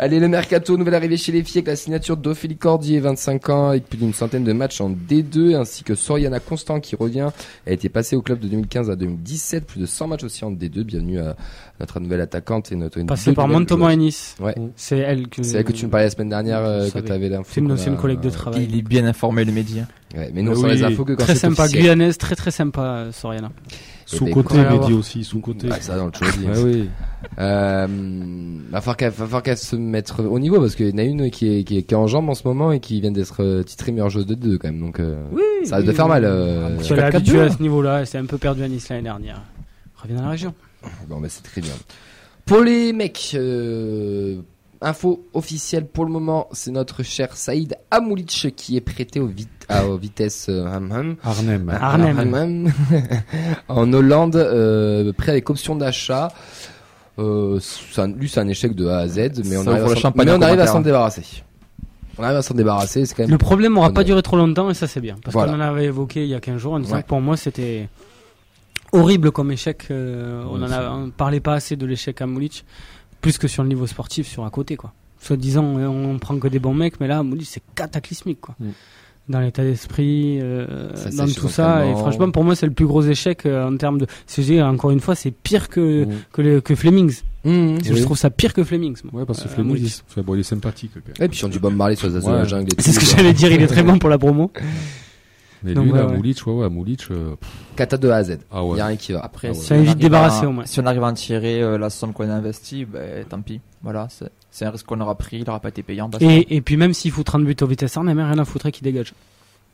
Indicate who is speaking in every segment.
Speaker 1: Allez, le mercato, nouvelle arrivée chez les filles avec la signature d'Ophélie Cordier, 25 ans, avec plus d'une centaine de matchs en D2, ainsi que Soriana Constant qui revient, a été passée au club de 2015 à 2017, plus de 100 matchs aussi en D2. Bienvenue à notre nouvelle attaquante et notre
Speaker 2: Passée par Montauban et Nice.
Speaker 1: Ouais.
Speaker 2: C'est elle que.
Speaker 1: C'est elle que tu me parlais la semaine dernière,
Speaker 2: Je
Speaker 1: euh, que
Speaker 2: savais.
Speaker 1: tu avais l'info.
Speaker 2: C'est une,
Speaker 1: qu'on
Speaker 2: c'est une
Speaker 1: a-
Speaker 2: collègue de travail.
Speaker 3: Il est bien informé, le média.
Speaker 1: Ouais, mais nous, on
Speaker 4: Ah
Speaker 1: sort
Speaker 4: oui,
Speaker 1: les infos que quand
Speaker 2: Très
Speaker 1: c'est
Speaker 2: sympa,
Speaker 1: officiel.
Speaker 2: guyanaise, très très sympa, euh, Soriana.
Speaker 4: Sous-côté,
Speaker 2: écoute, on va
Speaker 4: Mehdi
Speaker 2: voir.
Speaker 4: aussi, sous-côté.
Speaker 1: Ah, ça, dans le choisi.
Speaker 4: Ah oui.
Speaker 1: Euh, va falloir qu'elle va falloir qu'elle se mette au niveau parce qu'il y en a une qui est, qui, est, qui est en jambe en ce moment et qui vient d'être euh, titrée meilleure joueuse de deux quand même. Donc euh, ça risque de faire mal. euh,
Speaker 2: Tu l'as habituée à ce niveau-là, elle s'est un peu perdue à Nice l'année dernière. Reviens dans la région.
Speaker 1: Bon, bah, c'est très bien. Pour les mecs, euh, info officielle pour le moment, c'est notre cher Saïd Amoulich qui est prêté au vit à, aux vitesses euh, Ham Ham.
Speaker 4: Arnhem.
Speaker 1: À
Speaker 2: Arnhem.
Speaker 1: Arnhem. en Hollande, euh, prêt avec option d'achat. Euh, c'est un- lui, c'est un échec de A à Z, mais on arrive
Speaker 3: Ça ouvre
Speaker 1: à
Speaker 3: le
Speaker 1: s'en-
Speaker 3: champagne
Speaker 1: mais
Speaker 3: en
Speaker 1: on arrive à
Speaker 3: commentaire.
Speaker 1: s'en débarrasser. On arrive à s'en débarrasser, c'est quand même.
Speaker 2: Le problème n'aura pas
Speaker 1: Honnête.
Speaker 2: duré trop longtemps et ça c'est bien. Parce
Speaker 1: Voilà.
Speaker 2: qu'on en avait évoqué il y a 15 jours en disant
Speaker 1: Ouais.
Speaker 2: que pour moi c'était horrible comme échec. euh, on
Speaker 1: Ouais,
Speaker 2: en
Speaker 1: c'est-
Speaker 2: a, on parlait pas assez de l'échec à Moulich, plus que sur le niveau sportif, sur à côté quoi. Soit disant euh, on, prend que des bons mecs, mais là Moulich c'est cataclysmique quoi.
Speaker 4: Mm.
Speaker 2: Dans l'état d'esprit, euh,
Speaker 1: Ça, c'est
Speaker 2: dans
Speaker 1: chez
Speaker 2: tout ça. Et
Speaker 1: l'entraînement.
Speaker 2: franchement pour moi c'est le plus gros échec euh, en termes de. c'est- je dis, Encore une fois c'est pire que,
Speaker 4: Mm.
Speaker 2: que, les- que Flemings.
Speaker 1: Mmh.
Speaker 2: Je trouve ça pire que Flemings. moi.
Speaker 4: Ouais, parce que
Speaker 2: Euh,
Speaker 4: Fleming,
Speaker 2: Moulis.
Speaker 4: il- ouais, bon, il est sympathique. quand même.
Speaker 1: Et puis on dit Bob Marley sur les As de la
Speaker 4: Ouais.
Speaker 1: jungle. et
Speaker 2: C'est ce
Speaker 1: tout,
Speaker 2: que
Speaker 1: quoi.
Speaker 2: j'allais dire, il est très bon pour la promo.
Speaker 4: Mais
Speaker 2: Donc,
Speaker 4: lui,
Speaker 2: ouais,
Speaker 4: là,
Speaker 2: ouais.
Speaker 4: Moulich, ouais, ouais, Moulich, euh, pff,
Speaker 1: Cata de A à Z.
Speaker 4: ah
Speaker 1: Il
Speaker 4: ouais.
Speaker 1: y a rien qui va.
Speaker 3: Après,
Speaker 4: Ah
Speaker 3: si
Speaker 2: Ça
Speaker 3: on
Speaker 2: évite
Speaker 3: arrive
Speaker 2: débarrasser,
Speaker 3: à-
Speaker 2: au moins.
Speaker 3: Si on arrive à en tirer euh, la somme qu'on a investie, ben, tant pis. Voilà, c'est c'est un risque qu'on aura pris, il n'aura pas été payant. parce que-
Speaker 2: Et, et puis même s'il fout 30 buts au vitesse Arnhem, rien à foutre et qu'il dégage.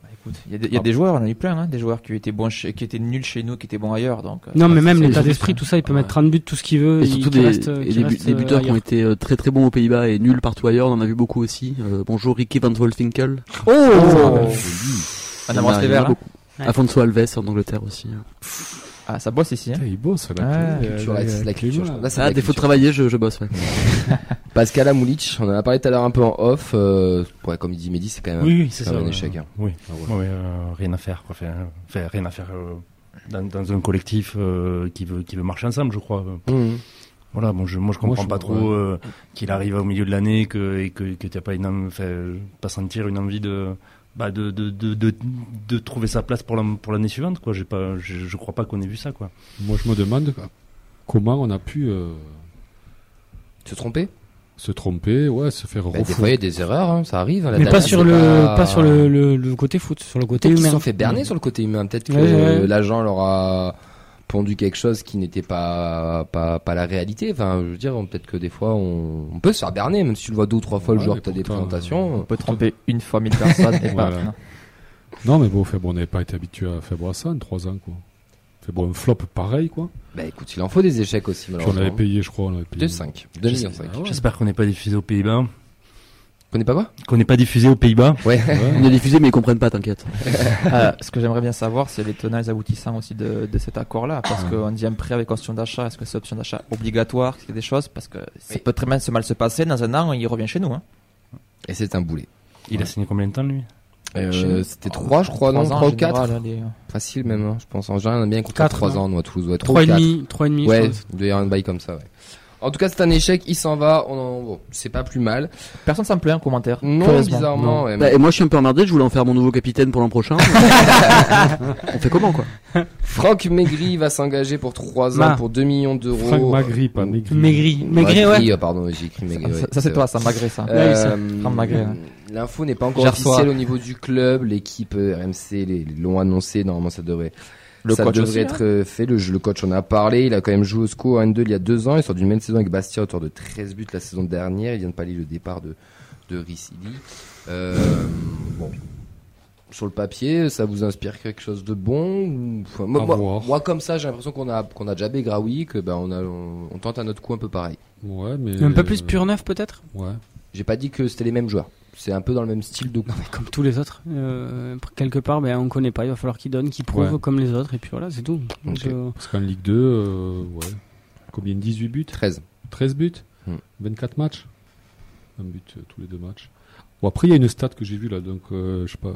Speaker 3: Bah, écoute, il y a, des, il y a des joueurs, on en a eu plein, hein, des joueurs qui étaient bons, chez- qui étaient nuls chez nous, qui étaient bons ailleurs. Donc, euh,
Speaker 2: Non, mais
Speaker 3: c'est-
Speaker 2: même
Speaker 3: c'est-
Speaker 2: l'état d'esprit, tout ça, il peut mettre 30 buts, tout ce qu'il veut.
Speaker 5: Et
Speaker 2: il-
Speaker 5: surtout
Speaker 2: qu'il
Speaker 5: des,
Speaker 2: reste, euh,
Speaker 5: et
Speaker 2: qu'il
Speaker 5: des, bu-
Speaker 2: reste,
Speaker 5: des
Speaker 2: euh,
Speaker 5: buteurs qui ont
Speaker 2: ailleurs.
Speaker 5: été euh, très très bons aux Pays-Bas et nuls partout ailleurs. On en a vu beaucoup aussi. Euh, bonjour Ricky Van Wolfinkel.
Speaker 4: Ah,
Speaker 2: Oh
Speaker 3: On embrasse les
Speaker 5: il y en a
Speaker 3: verts. hein.
Speaker 5: beaucoup.
Speaker 2: Ouais.
Speaker 5: Alfonso Alves en Angleterre aussi.
Speaker 3: Ah, ça bosse ici. hein.
Speaker 4: Putain, il bosse, là.
Speaker 3: Ah,
Speaker 4: Clé-
Speaker 1: Culture,
Speaker 4: là,
Speaker 1: c'est de la
Speaker 4: Clément,
Speaker 1: culture.
Speaker 4: là.
Speaker 1: je trouve. Là, c'est de
Speaker 5: Ah,
Speaker 1: la
Speaker 5: défaut de
Speaker 1: culture.
Speaker 5: travailler, je, je bosse. Ouais.
Speaker 1: Pascal Amoulich, on en a parlé tout à l'heure un peu en off. euh, ouais, comme il dit Mehdi, c'est quand même
Speaker 6: Oui, oui, c'est
Speaker 1: c'est
Speaker 6: ça.
Speaker 1: quand même Euh, un
Speaker 6: ouais.
Speaker 1: échec. hein.
Speaker 6: Oui,
Speaker 4: Ah ouais.
Speaker 6: Ouais, ouais, euh, rien à faire, quoi. Enfin, euh, enfin, rien à faire euh, dans, dans un collectif euh, qui veut qui veut marcher ensemble, je crois.
Speaker 1: Mmh.
Speaker 6: Voilà, bon, je, moi je
Speaker 4: Moi,
Speaker 6: comprends
Speaker 4: je-
Speaker 6: pas trop euh, qu'il arrive au milieu de l'année que, et que, que t'as pas une envie- enfin, euh, pas sentir une envie de, bah, de, de, de, de, de trouver sa place pour l'an- pour l'année suivante, quoi. J'ai pas, je, je crois pas qu'on ait vu ça, quoi.
Speaker 4: Moi, je me demande euh, comment on a pu euh,
Speaker 1: Se tromper
Speaker 4: se tromper, ouais, se faire
Speaker 1: Bah, Des
Speaker 4: refouler.
Speaker 1: fois, il y a des erreurs. hein, ça arrive. hein, la
Speaker 2: Mais
Speaker 1: dernière,
Speaker 2: pas sur
Speaker 1: c'est
Speaker 2: le, pas sur le, le, le côté foot, sur le côté
Speaker 1: Peut-être qu'ils
Speaker 2: humain.
Speaker 1: se sont fait berner sur le côté humain. Peut-être que
Speaker 2: Ouais, ouais.
Speaker 1: euh, l'agent leur a pondu quelque chose qui n'était pas, pas pas la réalité. Enfin, je veux dire, on- peut-être que des fois, on, on peut se faire berner, même si tu le vois deux ou trois fois le
Speaker 4: Ouais,
Speaker 1: joueur
Speaker 4: mais
Speaker 1: que t'as des
Speaker 4: pourtant,
Speaker 1: présentations.
Speaker 3: On peut tromper une fois mille personnes et pas.
Speaker 4: Voilà.
Speaker 3: non.
Speaker 4: Non, mais bon, fait, bon on n'avait pas été habitué à faire boire ça en 3 ans, quoi. Fait, bon, un flop pareil, quoi.
Speaker 1: Bah écoute, il en faut des échecs aussi,
Speaker 4: Puis on
Speaker 1: malheureusement.
Speaker 4: avait payé, je crois, on avait payé.
Speaker 1: 2,5. 2,5 millions.
Speaker 4: Ah ouais.
Speaker 6: J'espère qu'on n'est pas diffusé aux Pays-Bas.
Speaker 1: Connais pas quoi
Speaker 6: Qu'on n'est pas diffusé aux Pays-Bas.
Speaker 1: Ouais.
Speaker 4: Ouais.
Speaker 5: On est diffusé, mais ils comprennent pas, t'inquiète.
Speaker 3: Ah, ce que j'aimerais bien savoir, c'est les tenants et les aboutissants aussi de, de cet accord-là. Parce qu'on dit un prêt avec option d'achat. Est-ce que c'est option d'achat obligatoire Est-ce qu'il y a des choses Parce que ça
Speaker 1: Oui.
Speaker 3: peut très bien se mal se passer. Dans un an, il revient chez nous. Hein.
Speaker 1: Et c'est un boulet.
Speaker 6: Il a signé combien de temps, lui
Speaker 1: Euh, C'était 3, je crois, non
Speaker 3: hein. Ah,
Speaker 1: 3
Speaker 3: Trois ans, en
Speaker 1: ou 4
Speaker 3: général, hein, les-
Speaker 1: Facile même, hein, je pense. En général, on a bien compté
Speaker 2: Quatre,
Speaker 1: 3
Speaker 2: non
Speaker 1: ans, nous, à Toulouse. Ouais, 3
Speaker 2: 3
Speaker 1: ou
Speaker 2: et
Speaker 1: 4.
Speaker 2: demi, 3 et demi, je
Speaker 1: Ouais,
Speaker 2: pense.
Speaker 1: il doit y avoir un bail comme ça, ouais. En tout cas, c'est un échec, il s'en va, on en... bon, c'est pas plus mal.
Speaker 3: Personne s'en plaint en commentaire.
Speaker 1: Non,
Speaker 3: curieusement.
Speaker 1: bizarrement, ouais,
Speaker 5: Bah, et moi, je suis un peu emmerdé. Je voulais en faire mon nouveau capitaine pour l'an prochain. on fait comment, quoi
Speaker 1: Franck Maigri va s'engager pour 3 ans
Speaker 2: Ma.
Speaker 1: pour 2 millions d'euros.
Speaker 4: Franck Magri,
Speaker 1: euh,
Speaker 4: pas Maigri.
Speaker 2: Maigri,
Speaker 1: Magri,
Speaker 2: maigri, ouais.
Speaker 1: euh, pardon, j'ai écrit Maigri. ouais,
Speaker 3: Ah, Ça, ça, c'est toi, ça, Magré, ça.
Speaker 1: Euh,
Speaker 2: Ouais,
Speaker 3: Franck Magri, ouais.
Speaker 1: L'info n'est pas encore
Speaker 3: Gersois.
Speaker 1: officielle au niveau du club. L'équipe euh, RMC les- les l'ont annoncé. Normalement, ça devrait,
Speaker 3: Le
Speaker 1: ça
Speaker 3: coach
Speaker 1: devrait
Speaker 3: aussi, hein.
Speaker 1: être euh, fait. Le, le coach en a parlé. Il a quand même joué au SCO en N2 il y a deux ans. Il sort d'une même saison avec Bastia autour de 13 buts la saison dernière. Il vient de pallier le départ de, de Rissili. Euh, bon. Sur le papier, ça vous inspire quelque chose de bon ou- enfin, moi,
Speaker 4: À
Speaker 1: moi-
Speaker 4: voir.
Speaker 1: moi, comme ça, j'ai l'impression qu'on a, qu'on a déjà Begraoui, que ben, on, a, on, on tente un autre coup un peu pareil.
Speaker 4: Ouais, mais. euh,
Speaker 2: Un peu plus pur neuf, peut-être?
Speaker 4: Ouais.
Speaker 1: J'ai pas dit que c'était les mêmes joueurs. C'est un peu dans le même style de coup.
Speaker 2: Comme tous les autres. Euh, quelque part, ben, on connaît pas, il va falloir qu'il donne, qu'il prouve
Speaker 4: Ouais.
Speaker 2: comme les autres, et puis voilà, c'est tout. Donc,
Speaker 1: Ok.
Speaker 2: euh,
Speaker 4: Parce qu'en Ligue 2, euh, ouais. Combien 18 buts
Speaker 1: 13.
Speaker 4: 13 buts
Speaker 1: Hmm.
Speaker 4: 24 matchs Un but euh, tous les deux matchs. Bon, après, il y a une stat que j'ai vue là, donc, euh, je sais pas, euh,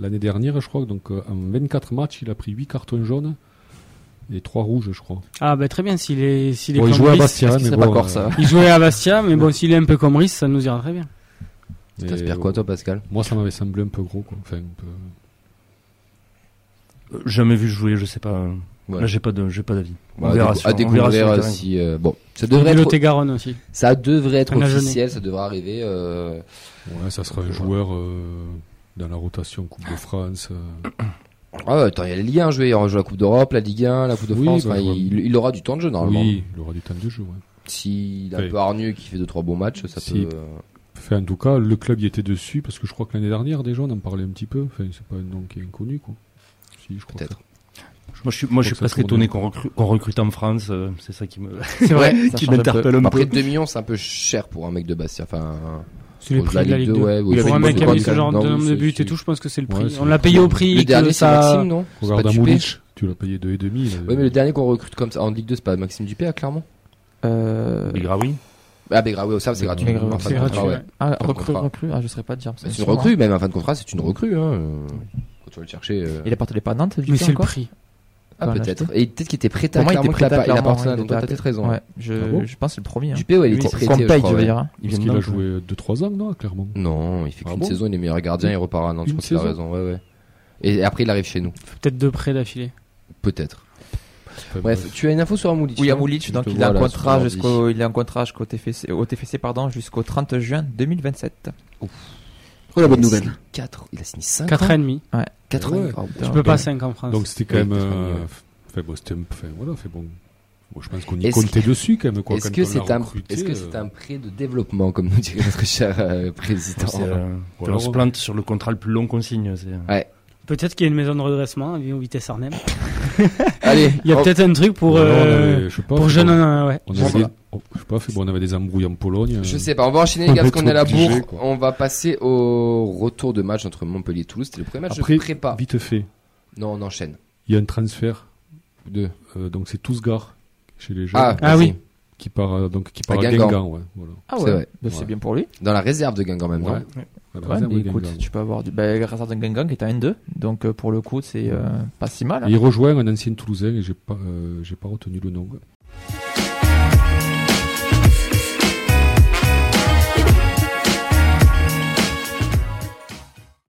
Speaker 4: l'année dernière, je crois, donc euh, en 24 matchs, il a pris 8 cartons jaunes Les trois rouges, je crois.
Speaker 2: Ah, bah très bien, s'il est, s'il est
Speaker 4: Bon, il
Speaker 2: comme
Speaker 4: jouait à
Speaker 2: Brice-
Speaker 4: Bastia,
Speaker 3: Est-ce que
Speaker 4: mais
Speaker 3: c'est pas
Speaker 4: bon. euh,
Speaker 3: corse,
Speaker 6: euh,
Speaker 3: ça
Speaker 2: Il jouait à Bastia, mais bon, s'il est un peu comme Rice, ça nous ira très bien.
Speaker 4: et
Speaker 1: T'espères quoi, toi, Pascal
Speaker 4: euh, Moi, ça m'avait semblé un peu gros, quoi. Enfin, un peu-
Speaker 6: Euh, Jamais vu jouer, je sais pas. euh,
Speaker 1: Voilà.
Speaker 6: Là, j'ai pas de, j'ai pas d'avis.
Speaker 1: Bah,
Speaker 6: on
Speaker 1: à
Speaker 6: verra
Speaker 1: décou-
Speaker 6: sur-
Speaker 1: à
Speaker 6: on verra sur le
Speaker 1: découvrir
Speaker 6: terrain.
Speaker 1: si euh, bon, ça
Speaker 2: Il
Speaker 1: devrait
Speaker 2: est
Speaker 1: être,
Speaker 2: Lot-et-Garonne aussi.
Speaker 1: ça devrait être
Speaker 2: On a jeûné.
Speaker 1: officiel, ça devrait arriver. euh,
Speaker 4: ouais, ça serait un joueur euh, dans la rotation Coupe de France. euh.
Speaker 1: Ah, attends, il y a les Ligue 1 jouer, il rejoue la Coupe d'Europe, la Ligue 1, la Coupe de
Speaker 4: Oui,
Speaker 1: France.
Speaker 4: bah,
Speaker 1: enfin,
Speaker 4: je vois.
Speaker 1: il, il aura du temps de jeu normalement.
Speaker 4: Oui, il aura du temps de jeu. Ouais.
Speaker 1: S'il est
Speaker 4: Oui.
Speaker 1: un peu hargneux, qui fait deux trois bons matchs, ça
Speaker 4: Si.
Speaker 1: peut. euh,
Speaker 4: Enfin, en tout cas, le club y était dessus parce que je crois que l'année dernière, déjà, on en parlait un petit peu. Enfin, c'est pas un nom qui est inconnu, quoi. Si, je crois
Speaker 1: Peut-être.
Speaker 4: que-
Speaker 6: Moi, je suis, moi, je suis
Speaker 4: Faut que ça
Speaker 6: presque étonné qu'on
Speaker 4: tourne.
Speaker 6: recrute, qu'on recrute en France. euh, c'est ça qui me,
Speaker 3: C'est vrai, ça
Speaker 6: qui
Speaker 3: change un
Speaker 6: m'interpelle un peu.
Speaker 1: Après 2 millions, c'est un peu cher pour un mec de Bastia. Enfin,
Speaker 2: C'est le
Speaker 1: Au-delà
Speaker 2: prix de la
Speaker 1: des
Speaker 2: Ligue
Speaker 1: deux,
Speaker 2: 2.
Speaker 1: ouais, oui,
Speaker 2: Pour
Speaker 1: c'est
Speaker 2: un mec qui a
Speaker 1: bon,
Speaker 2: mis
Speaker 1: c'est
Speaker 2: ce genre
Speaker 1: bon,
Speaker 2: de nombre de
Speaker 1: c'est-
Speaker 2: buts
Speaker 1: c'est-
Speaker 2: et tout, je pense que c'est le
Speaker 4: Ouais,
Speaker 2: prix.
Speaker 4: c'est
Speaker 2: On
Speaker 4: le
Speaker 2: l'a
Speaker 4: prix.
Speaker 2: payé au prix.
Speaker 1: le
Speaker 2: que
Speaker 1: dernier, c'est
Speaker 2: ça-
Speaker 1: Maxime, non C'est
Speaker 4: Regarde
Speaker 1: pas
Speaker 4: à
Speaker 1: Dupé
Speaker 4: Moulitch, tu l'as payé 2,5. là.
Speaker 1: Oui, mais le dernier qu'on recrute comme ça en Ligue 2, c'est pas Maxime Dupé, à Clermont
Speaker 3: Euh,
Speaker 6: Les Graoui.
Speaker 1: Ah, Bégra, oui, au Serve, c'est gratuit.
Speaker 3: Bégra,
Speaker 1: En
Speaker 3: oui,
Speaker 1: fin de
Speaker 2: C'est gratuit.
Speaker 1: contrat, ouais.
Speaker 2: ouais.
Speaker 3: Ah,
Speaker 1: Sur
Speaker 3: recrue,
Speaker 1: contrat.
Speaker 3: recrue. Ah, je saurais pas dire.
Speaker 1: Bah, C'est
Speaker 3: sûr,
Speaker 1: une recrue, même en fin de contrat, c'est une recrue. Hein. euh, Quand tu vas le chercher. euh,
Speaker 3: hein. Il est porté les pas à Nantes, du
Speaker 2: Mais
Speaker 3: coup,
Speaker 2: c'est le
Speaker 3: encore
Speaker 2: prix.
Speaker 1: Ah,
Speaker 3: on l'a
Speaker 1: peut-être. Et peut-être qu'il était prêté à
Speaker 3: Pour moi, il était
Speaker 1: Clermont,
Speaker 3: prêté
Speaker 1: qu'il a
Speaker 3: à
Speaker 1: pas- il a
Speaker 3: Clermont,
Speaker 1: porté
Speaker 3: il
Speaker 1: un donc
Speaker 3: était
Speaker 1: t'as
Speaker 3: à-
Speaker 1: peut-être raison.
Speaker 3: Ouais, je,
Speaker 4: Ah bon
Speaker 3: je pense que c'est le premier. Hein.
Speaker 1: Dupé, ouais, il
Speaker 6: Oui,
Speaker 1: était
Speaker 6: c'est
Speaker 1: prêté.
Speaker 3: Qu'on
Speaker 1: je
Speaker 3: paye,
Speaker 1: crois,
Speaker 3: je veux
Speaker 1: ouais.
Speaker 3: dire. hein.
Speaker 4: Parce
Speaker 6: Il vient de
Speaker 4: qu'il a
Speaker 6: Nantes,
Speaker 4: joué 2-3 ans, non, clairement.
Speaker 1: Non, il fait
Speaker 4: Ah
Speaker 1: qu'une
Speaker 4: bon
Speaker 1: saison, il est meilleur gardien, il repart à Nantes, je
Speaker 4: Une
Speaker 1: crois qu'il a
Speaker 4: saison
Speaker 1: raison. Ouais, ouais. Et après, il arrive chez nous,
Speaker 2: Peut-être deux prêts d'affilée.
Speaker 1: peut-être. Bref, tu as une info sur Amoulic
Speaker 3: Oui,
Speaker 1: hein
Speaker 3: à Moulich, donc
Speaker 1: Je te
Speaker 3: il a
Speaker 1: vois,
Speaker 3: un
Speaker 1: là, sur
Speaker 3: contrat
Speaker 1: l'ordi.
Speaker 3: jusqu'au, il a un contrat jusqu'au TFC, au TFC, pardon, jusqu'au 30 juin 2027.
Speaker 5: Oh la bonne
Speaker 1: Il a
Speaker 5: nouvelle.
Speaker 1: signé quatre- Il a signé 5
Speaker 2: 4 et demi.
Speaker 1: Quatre
Speaker 4: Ouais.
Speaker 1: ans.
Speaker 3: Oh,
Speaker 1: Ah,
Speaker 2: Tu
Speaker 1: putain.
Speaker 2: peux pas 5 en France.
Speaker 4: Donc c'était quand
Speaker 1: Oui,
Speaker 4: même.
Speaker 1: c'est ça,
Speaker 4: euh,
Speaker 1: ouais.
Speaker 4: Enfin, bon, c'était un- enfin, voilà, fait bon. Bon, je pense qu'on y
Speaker 1: Est-ce
Speaker 4: comptait dessus quand même. quoi,
Speaker 1: Est-ce
Speaker 4: quand
Speaker 1: que
Speaker 4: on l'a
Speaker 1: c'est un,
Speaker 4: recruté,
Speaker 1: est-ce que
Speaker 4: euh,
Speaker 1: c'est un prêt de développement, comme nous dirait notre cher euh, président
Speaker 6: c'est, euh,
Speaker 4: Ou
Speaker 6: on
Speaker 4: alors-
Speaker 6: se plante sur le contrat le plus long qu'on signe. c'est- euh,
Speaker 2: Peut-être qu'il y a une maison de redressement à Lyon, vitesse Arnhem.
Speaker 1: Allez,
Speaker 2: Il y a
Speaker 1: on-
Speaker 2: peut-être un truc pour,
Speaker 4: voilà, on
Speaker 2: euh,
Speaker 4: avait- je sais pas,
Speaker 2: pour
Speaker 4: fait,
Speaker 2: jeunes.
Speaker 4: bon,
Speaker 2: euh, ouais.
Speaker 4: On avait
Speaker 1: Voilà.
Speaker 4: des, oh, je sais pas, fait, bon, on avait des embrouilles en Pologne.
Speaker 1: Je
Speaker 4: euh,
Speaker 1: sais pas, on va enchaîner les
Speaker 4: on
Speaker 1: gars
Speaker 4: va
Speaker 1: parce
Speaker 4: être
Speaker 1: qu'on est à la
Speaker 4: obligé,
Speaker 1: bourre.
Speaker 4: quoi.
Speaker 1: On va passer au retour de match entre Montpellier et Toulouse. C'était le premier match
Speaker 4: Après,
Speaker 1: de prépa.
Speaker 4: vite fait,
Speaker 1: Non, on enchaîne.
Speaker 4: il y a un transfert.
Speaker 1: Deux.
Speaker 4: euh, donc c'est Tousgar chez les jeunes
Speaker 1: Ah,
Speaker 2: Ah
Speaker 1: vas-y.
Speaker 2: oui.
Speaker 4: qui part euh, donc qui part à
Speaker 1: Guingamp.
Speaker 4: Guingamp. ouais, voilà.
Speaker 3: Ah
Speaker 1: C'est vrai.
Speaker 3: Donc,
Speaker 4: Ouais.
Speaker 3: c'est bien pour lui.
Speaker 1: Dans la réserve de Guingamp même,
Speaker 4: Ouais.
Speaker 1: non
Speaker 4: À la
Speaker 3: Ouais,
Speaker 4: réserve
Speaker 3: mais
Speaker 4: de
Speaker 3: écoute,
Speaker 4: Guingamp.
Speaker 3: tu peux avoir du, bah, Razard de Guingamp qui est à N2, donc euh, pour le coup, c'est euh, pas si mal.
Speaker 4: Et il rejoint un ancien Toulousain et j'ai pas euh, j'ai pas retenu le nom.